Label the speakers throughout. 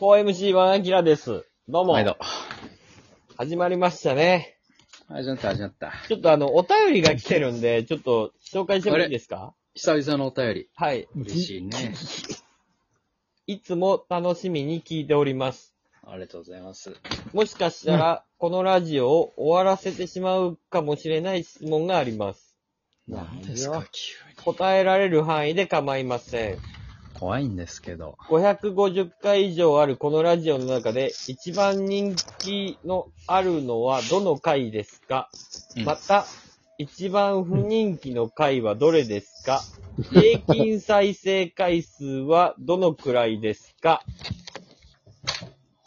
Speaker 1: 4MC ワンアキラです。どうも。
Speaker 2: 毎度。
Speaker 1: 始まりましたね。
Speaker 2: 始まった、始まった。
Speaker 1: ちょっとあの、お便りが来てるん で、ちょっと紹介してもいいですか
Speaker 2: 久々のお便 り。
Speaker 1: はい。
Speaker 2: 嬉しい ね。
Speaker 1: いつも楽しみに聞いております。
Speaker 2: ありがとうございます。
Speaker 1: もしかしたら、このラジオを終わらせてしまうかもしれない質問があります。
Speaker 2: 何
Speaker 1: 何
Speaker 2: ですか、急に。
Speaker 1: 答えられる範囲で構いません。
Speaker 2: 怖いんですけど。
Speaker 1: 550回以上あるこのラジオの中で一番人気のあるのはどの回ですか、
Speaker 2: うん
Speaker 1: また、一番不人気の回はどれです か平均再生回数はどのくらいですか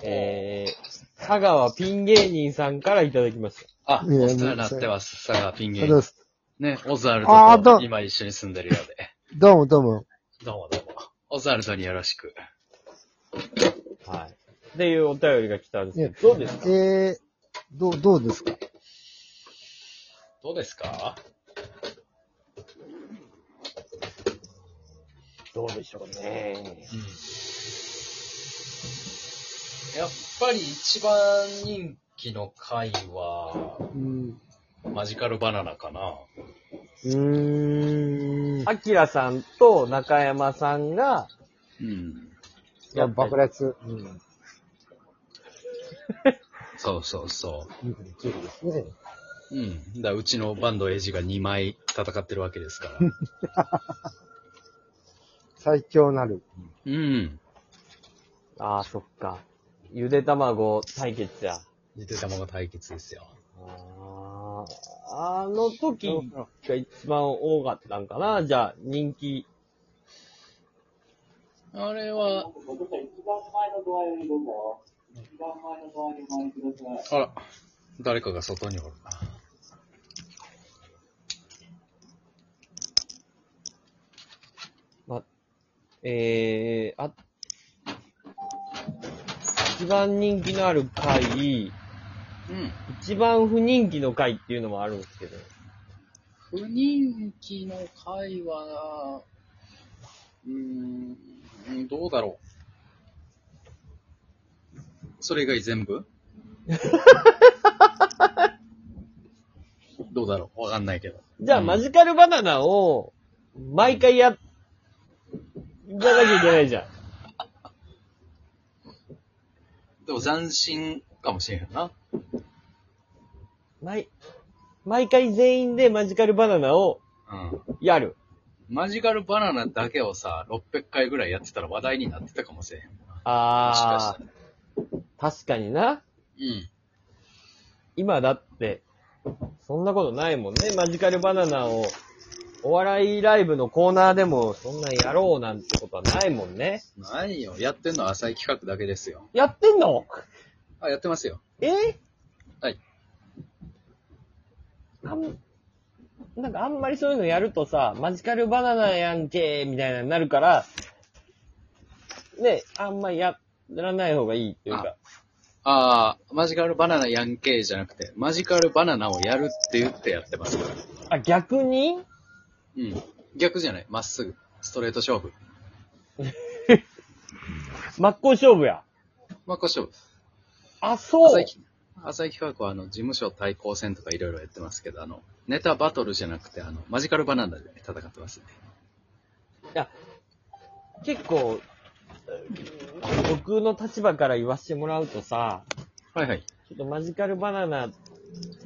Speaker 1: えー、佐川ピン芸人さんからいただきました。
Speaker 2: あ、
Speaker 3: いや
Speaker 2: お世話になってます。佐賀ピン
Speaker 3: あ
Speaker 2: 芸
Speaker 3: りがと
Speaker 2: 人。
Speaker 3: うございます。
Speaker 2: ね、オズワル
Speaker 3: あ
Speaker 2: ド
Speaker 3: ーど
Speaker 2: と
Speaker 3: う
Speaker 2: 今一緒に住んで るようで。
Speaker 3: どうもどうも。
Speaker 2: どうもどうも。オズワルドによろしく。
Speaker 1: はい。っていうお便りが来たんですけど、どうですか
Speaker 3: えー、どう、どうですか
Speaker 2: どうですか
Speaker 1: どうでしょうね。
Speaker 2: うん。やっぱり一番人気の回は、
Speaker 3: うん。
Speaker 2: マジカルバナナかな。
Speaker 3: うーん。
Speaker 1: アキラさんと中山さんが、
Speaker 2: うん。
Speaker 3: いや、爆裂。うん。
Speaker 2: そうそうそう。
Speaker 3: 29ですね。
Speaker 2: うん。だからうちのバンドエイジが2枚戦ってるわけですから。
Speaker 3: 最強なる。
Speaker 2: うん。
Speaker 1: ああ、そっか。ゆで卵対決や。
Speaker 2: ゆで卵対決ですよ。
Speaker 1: ああ、あの時が一番多かったんかなじゃあ、人気。
Speaker 2: あれは、
Speaker 4: 僕たち一番前のドアよりどうぞ。一番前のドアにお前ください。
Speaker 2: あら、誰かが外におるな。
Speaker 1: えー、あ、一番人気のある回、
Speaker 2: うん。
Speaker 1: 一番不人気の回っていうのもあるんですけど。
Speaker 2: 不人気の回は、うーん、うんどうだろう。それ以外全 部どうだろうわかんないけど。
Speaker 1: じゃあ、
Speaker 2: うん
Speaker 1: マジカルバナナを、毎回や、いかなきゃいけないじゃん。
Speaker 2: でも斬新かもしれんな。
Speaker 1: 毎、毎回全員でマジカルバナナを
Speaker 2: うん。
Speaker 1: やる。
Speaker 2: マジカルバナナだけをさ、600回ぐらいやってたら話題になってたかもしれへん。
Speaker 1: あ
Speaker 2: もしかしたら
Speaker 1: ー、確かにな。
Speaker 2: うん。
Speaker 1: 今だって、そんなことないもんね。マジカルバナナを、お笑いライブのコーナーでも、そんなんやろうなんてことはないもんね。
Speaker 2: 何よ、やってんのは浅い企画だけですよ。
Speaker 1: やってんの
Speaker 2: あ、やってますよ。
Speaker 1: え
Speaker 2: はい。
Speaker 1: あん、なんかあんまりそういうのやるとさ、マジカルバナナやんけー、みたいなになるから、ね、あんまやらない方がいいっていうか。
Speaker 2: ああ、マジカルバナナやんけーじゃなくて、マジカルバナナをやるって言ってやってますから。
Speaker 1: あ、逆に
Speaker 2: うん。逆じゃない。まっすぐ。ストレート勝負。
Speaker 1: 真っ向勝負や。
Speaker 2: まあ、こうしよう。
Speaker 1: あ、そ
Speaker 2: 浅
Speaker 1: う
Speaker 2: い。企浅い企画は、あの、事務所対抗戦とかいろいろやってますけど、あの、ネタバトルじゃなくて、あの、マジカルバナナで戦ってますね。
Speaker 1: 結構、うん僕の立場から言わせてもらうとさ、
Speaker 2: はいはい。
Speaker 1: ちょっとマジカルバナナ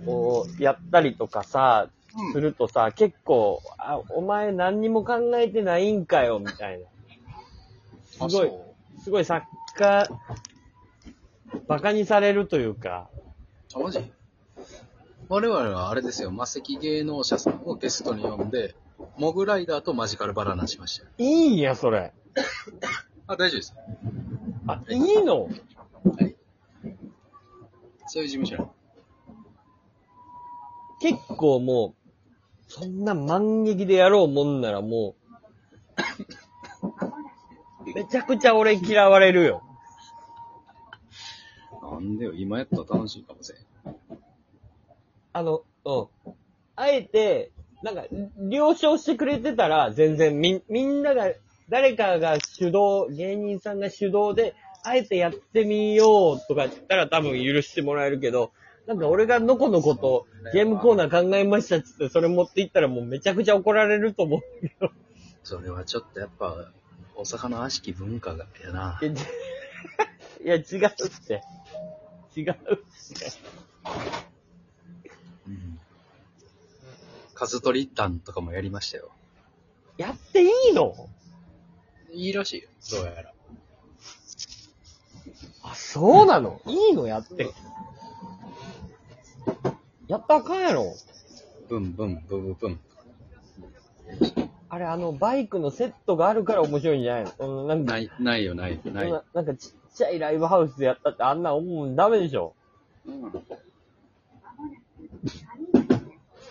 Speaker 1: をやったりとかさ、するとさ、結構、あ、お前何にも考えてないんかよ、みたいな。すごい、すごい作家、バカにされるというか、
Speaker 2: あ、マジ我々はあれですよ、魔石芸能者さんをゲストに呼んで、モグライダーとマジカルバナナしましたよ。
Speaker 1: いいんや、それ。
Speaker 2: あ、大丈夫です。
Speaker 1: あ、いいの
Speaker 2: はい。そういう事務所なの
Speaker 1: 結構もう、そんな万劇でやろうもんならもう、めちゃくちゃ俺嫌われるよ。
Speaker 2: なんでよ、今やったら楽しいかもしれん。
Speaker 1: あの、うん。あえて、なんか、了承してくれてたら、全然みん、みんなが、誰かが主導、芸人さんが主導で、あえてやってみようとか言ったら多分許してもらえるけど、なんか俺がのこのことゲームコーナー考えましたっつってそれ持っていったらもうめちゃくちゃ怒られると思う。
Speaker 2: それはちょっとやっぱ、大阪の悪しき文化がやな。
Speaker 1: いや、違うって。違うって。
Speaker 2: うん。数取り団とかもやりましたよ。
Speaker 1: やっていいの
Speaker 2: いいらしいよ、どうやら。
Speaker 1: あ、そうなのいいのやって。やったらあかんやろ。
Speaker 2: ブンブン、ブブブン。
Speaker 1: あれ、あの、バイクのセットがあるから面白いんじゃないのうんなんか、
Speaker 2: ない、ないよ、ないよ、ない
Speaker 1: な
Speaker 2: よ。
Speaker 1: なんかちっちゃいライブハウスでやったってあんな、もうダメでしょ。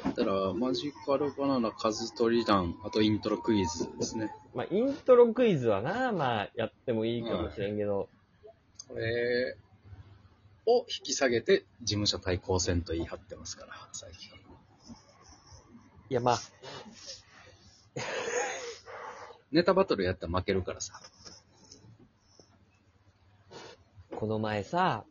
Speaker 2: だったら、マジカルバナナ、数取り団、あとイントロクイズですね。
Speaker 1: まあ、イントロクイズはな、まあ、やってもいいかもしれんけど、
Speaker 2: これを引き下げて、事務所対抗戦と言い張ってますから、最近。
Speaker 1: いや、まあ、
Speaker 2: ネタバトルやったら負けるからさ。
Speaker 1: この前さ、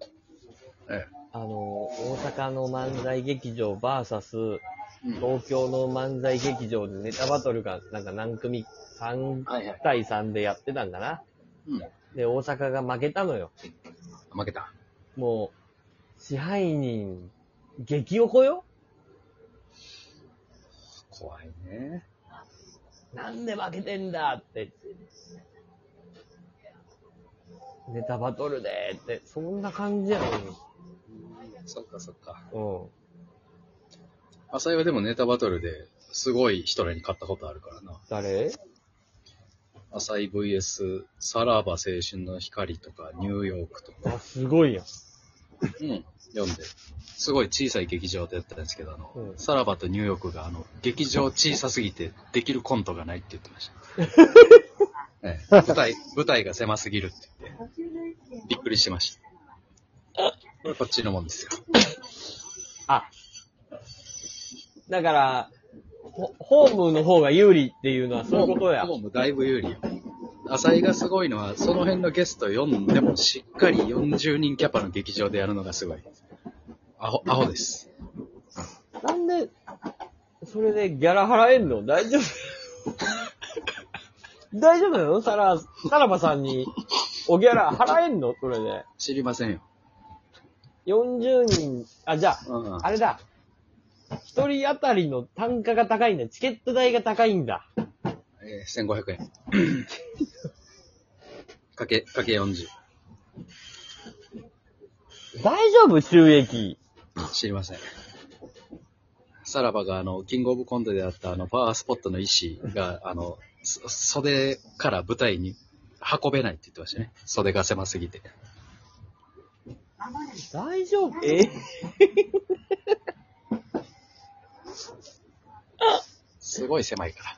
Speaker 2: ええ。
Speaker 1: あの、大阪の漫才劇場 VS
Speaker 2: うん
Speaker 1: 東京の漫才劇場でネタバトルが、なんか何組、3
Speaker 2: はいはい。
Speaker 1: 対3でやってたんかな。
Speaker 2: うん。
Speaker 1: で、大阪が負けたのよ。
Speaker 2: 負けた。
Speaker 1: もう、支配人、激おこよ
Speaker 2: 怖いね。
Speaker 1: なんで負けてんだって。ネタバトルでって、そんな感じや
Speaker 2: そっかそっか。
Speaker 1: のに。
Speaker 2: 浅井はでもネタバトルで、すごい人らに勝ったことあるからな
Speaker 1: うん。。誰
Speaker 2: 浅井 VS、さらば青春の光とか、ニューヨークとか。
Speaker 1: あ、すごいやん。
Speaker 2: うん。読んで。すごい小さい劇場でやったんですけど、あの、
Speaker 1: うん
Speaker 2: さらばとニューヨークが、あの、劇場小さすぎて、できるコントがないって言ってました。 ええ、舞台、舞台が狭すぎるって言って、びっくりしてました。これこっちのもんですよ。
Speaker 1: あ、だから、ほホームの方が有利っていうのはそういうことや。
Speaker 2: もうもうだいぶ有利よ。浅井がすごいのは、その辺のゲスト4でもしっかり40人キャパの劇場でやるのがすごい。アホ、アホです。
Speaker 1: なんで、それでギャラ払えんの大丈夫 大丈夫なのサラ、サラバさんに、おギャラ払えんのそれで。
Speaker 2: 知りませんよ。
Speaker 1: 40人、あ、じゃあ、
Speaker 2: うん
Speaker 1: あれだ。一人当たりの単価が高いんだ。チケット代が高いんだ。
Speaker 2: えー、1500円。 かけ、かけ40。
Speaker 1: 大丈夫収益。
Speaker 2: 知りません。さらばが、あの、キングオブコントであった、あの、パワースポットの石が、あの、そ袖から舞台に運べないって言ってましたね。袖が狭すぎて。
Speaker 1: 大丈夫え
Speaker 2: すごい狭いか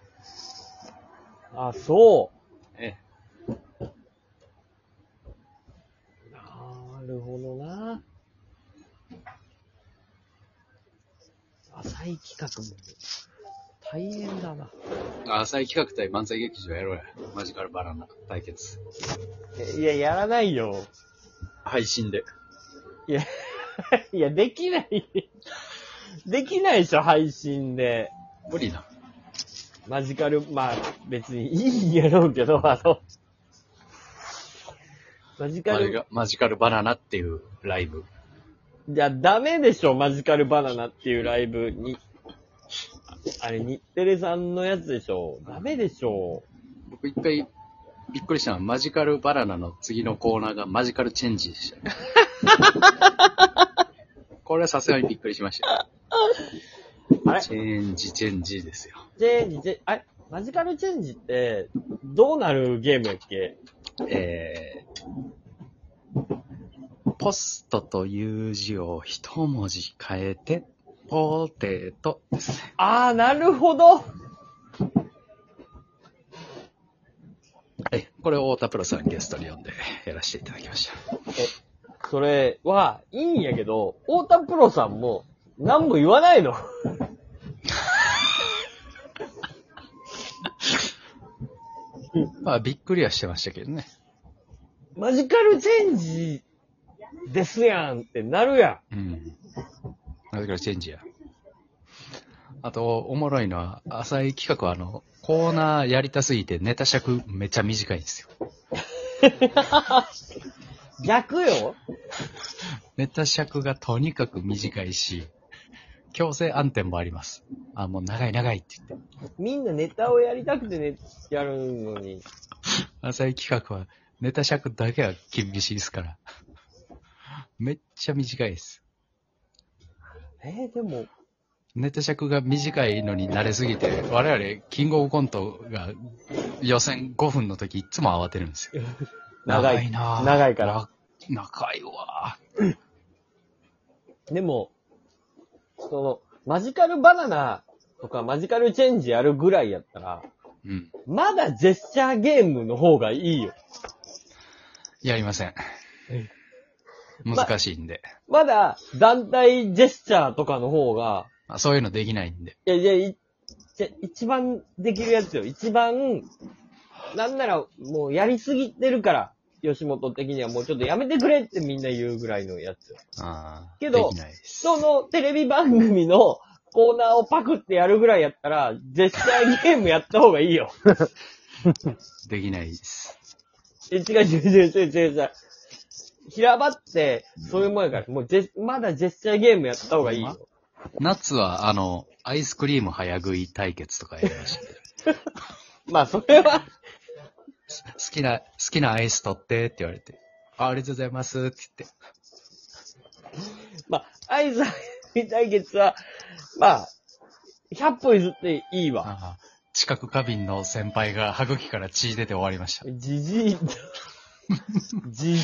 Speaker 2: ら。
Speaker 1: あ、そ
Speaker 2: え
Speaker 1: う。なるほどな。浅い企画も、大変だな。
Speaker 2: え。浅い企画対漫才劇場やろうや。マジカルバナナ対決。
Speaker 1: いや、やらないよ。
Speaker 2: 配信で。
Speaker 1: いや、いや、できない。できないでしょ、配信で。
Speaker 2: 無理な。
Speaker 1: マジカル、まあ、別にいいんやろうけど、あの、マジカ
Speaker 2: マジ
Speaker 1: ル、
Speaker 2: カマジカルバナナっていうライブ。
Speaker 1: いや、ダメでしょ、マジカルバナナっていうライブに、ああれ、日テレさんのやつでしょ。ダメでしょ。
Speaker 2: 僕一回びっくりしたのは、マジカルバナナの次のコーナーがマジカルチェンジで した。これはさすがにびっくりしました。
Speaker 1: あれ
Speaker 2: チェンジ、チェンジですよ。
Speaker 1: チェンジ、チェンジ、あれマジカルチェンジって、どうなるゲームやっけ
Speaker 2: えー、ポストという字を一文字変えて、ポテトですね。
Speaker 1: あー、なるほど
Speaker 2: はい。これを太田プロさんゲストに呼んでやらせていただきました。
Speaker 1: それは、いいんやけど、太田プロさんも、何も言わないの。
Speaker 2: まあ、びっくりはしてましたけどね。
Speaker 1: マジカルチェンジですやんってなるや
Speaker 2: うん。なぜからチェンジや。あと、おもろいのは、浅い企画は、あの、コーナーやりたすぎてネタ尺めっちゃ短いんですよ。
Speaker 1: ん。逆よ
Speaker 2: ネタ尺がとにかく短いし、強制暗転もあります。あ、もう長い長いって言って。
Speaker 1: みんなネタをやりたくてね、やるのに。
Speaker 2: 浅い企画は、ネタ尺だけは厳しいですから。めっちゃ短いです。
Speaker 1: えーでも、
Speaker 2: ネタ尺が短いのに慣れすぎて、我々、キングオブコントが予選5分の時いつも慌てるんですよ。
Speaker 1: 長い
Speaker 2: なぁ
Speaker 1: 長いから。
Speaker 2: わ長いわ
Speaker 1: でも、その、マジカルバナナとかマジカルチェンジやるぐらいやったら、
Speaker 2: ぁうん。
Speaker 1: まだジェスチャーゲームの方がいいよ。
Speaker 2: やりません。難しいんで。
Speaker 1: まだ団体ジェスチャーとかの方が、
Speaker 2: まあ、そういうのできないんで。
Speaker 1: いやいや、いじゃ一番できるやつよ。一番、なんならもうやりすぎてるから、吉本的にはもうちょっとやめてくれってみんな言うぐらいのやつよ。
Speaker 2: ああ。
Speaker 1: けど
Speaker 2: できないです。
Speaker 1: そのテレビ番組のコーナーをパクってやるぐらいやったら、ジェスチャーゲームやった方がいいよ。
Speaker 2: できないです。
Speaker 1: え、違う違う違う違う違う違う。平場って、そういうもんやから、もうジェス、まだジェスチャーゲームやった方がいいよ。
Speaker 2: 夏は、あの、アイスクリーム早食い対決とかやりました。
Speaker 1: まあ、それは、
Speaker 2: 好きな、好きなアイス取ってって言われて。あありがとうございますって言って。
Speaker 1: まあ、アイザー対決は、まあ、100歩譲っていいわ。
Speaker 2: ああ近く花瓶の先輩が歯茎から血出て終わりました。
Speaker 1: じじい、じじ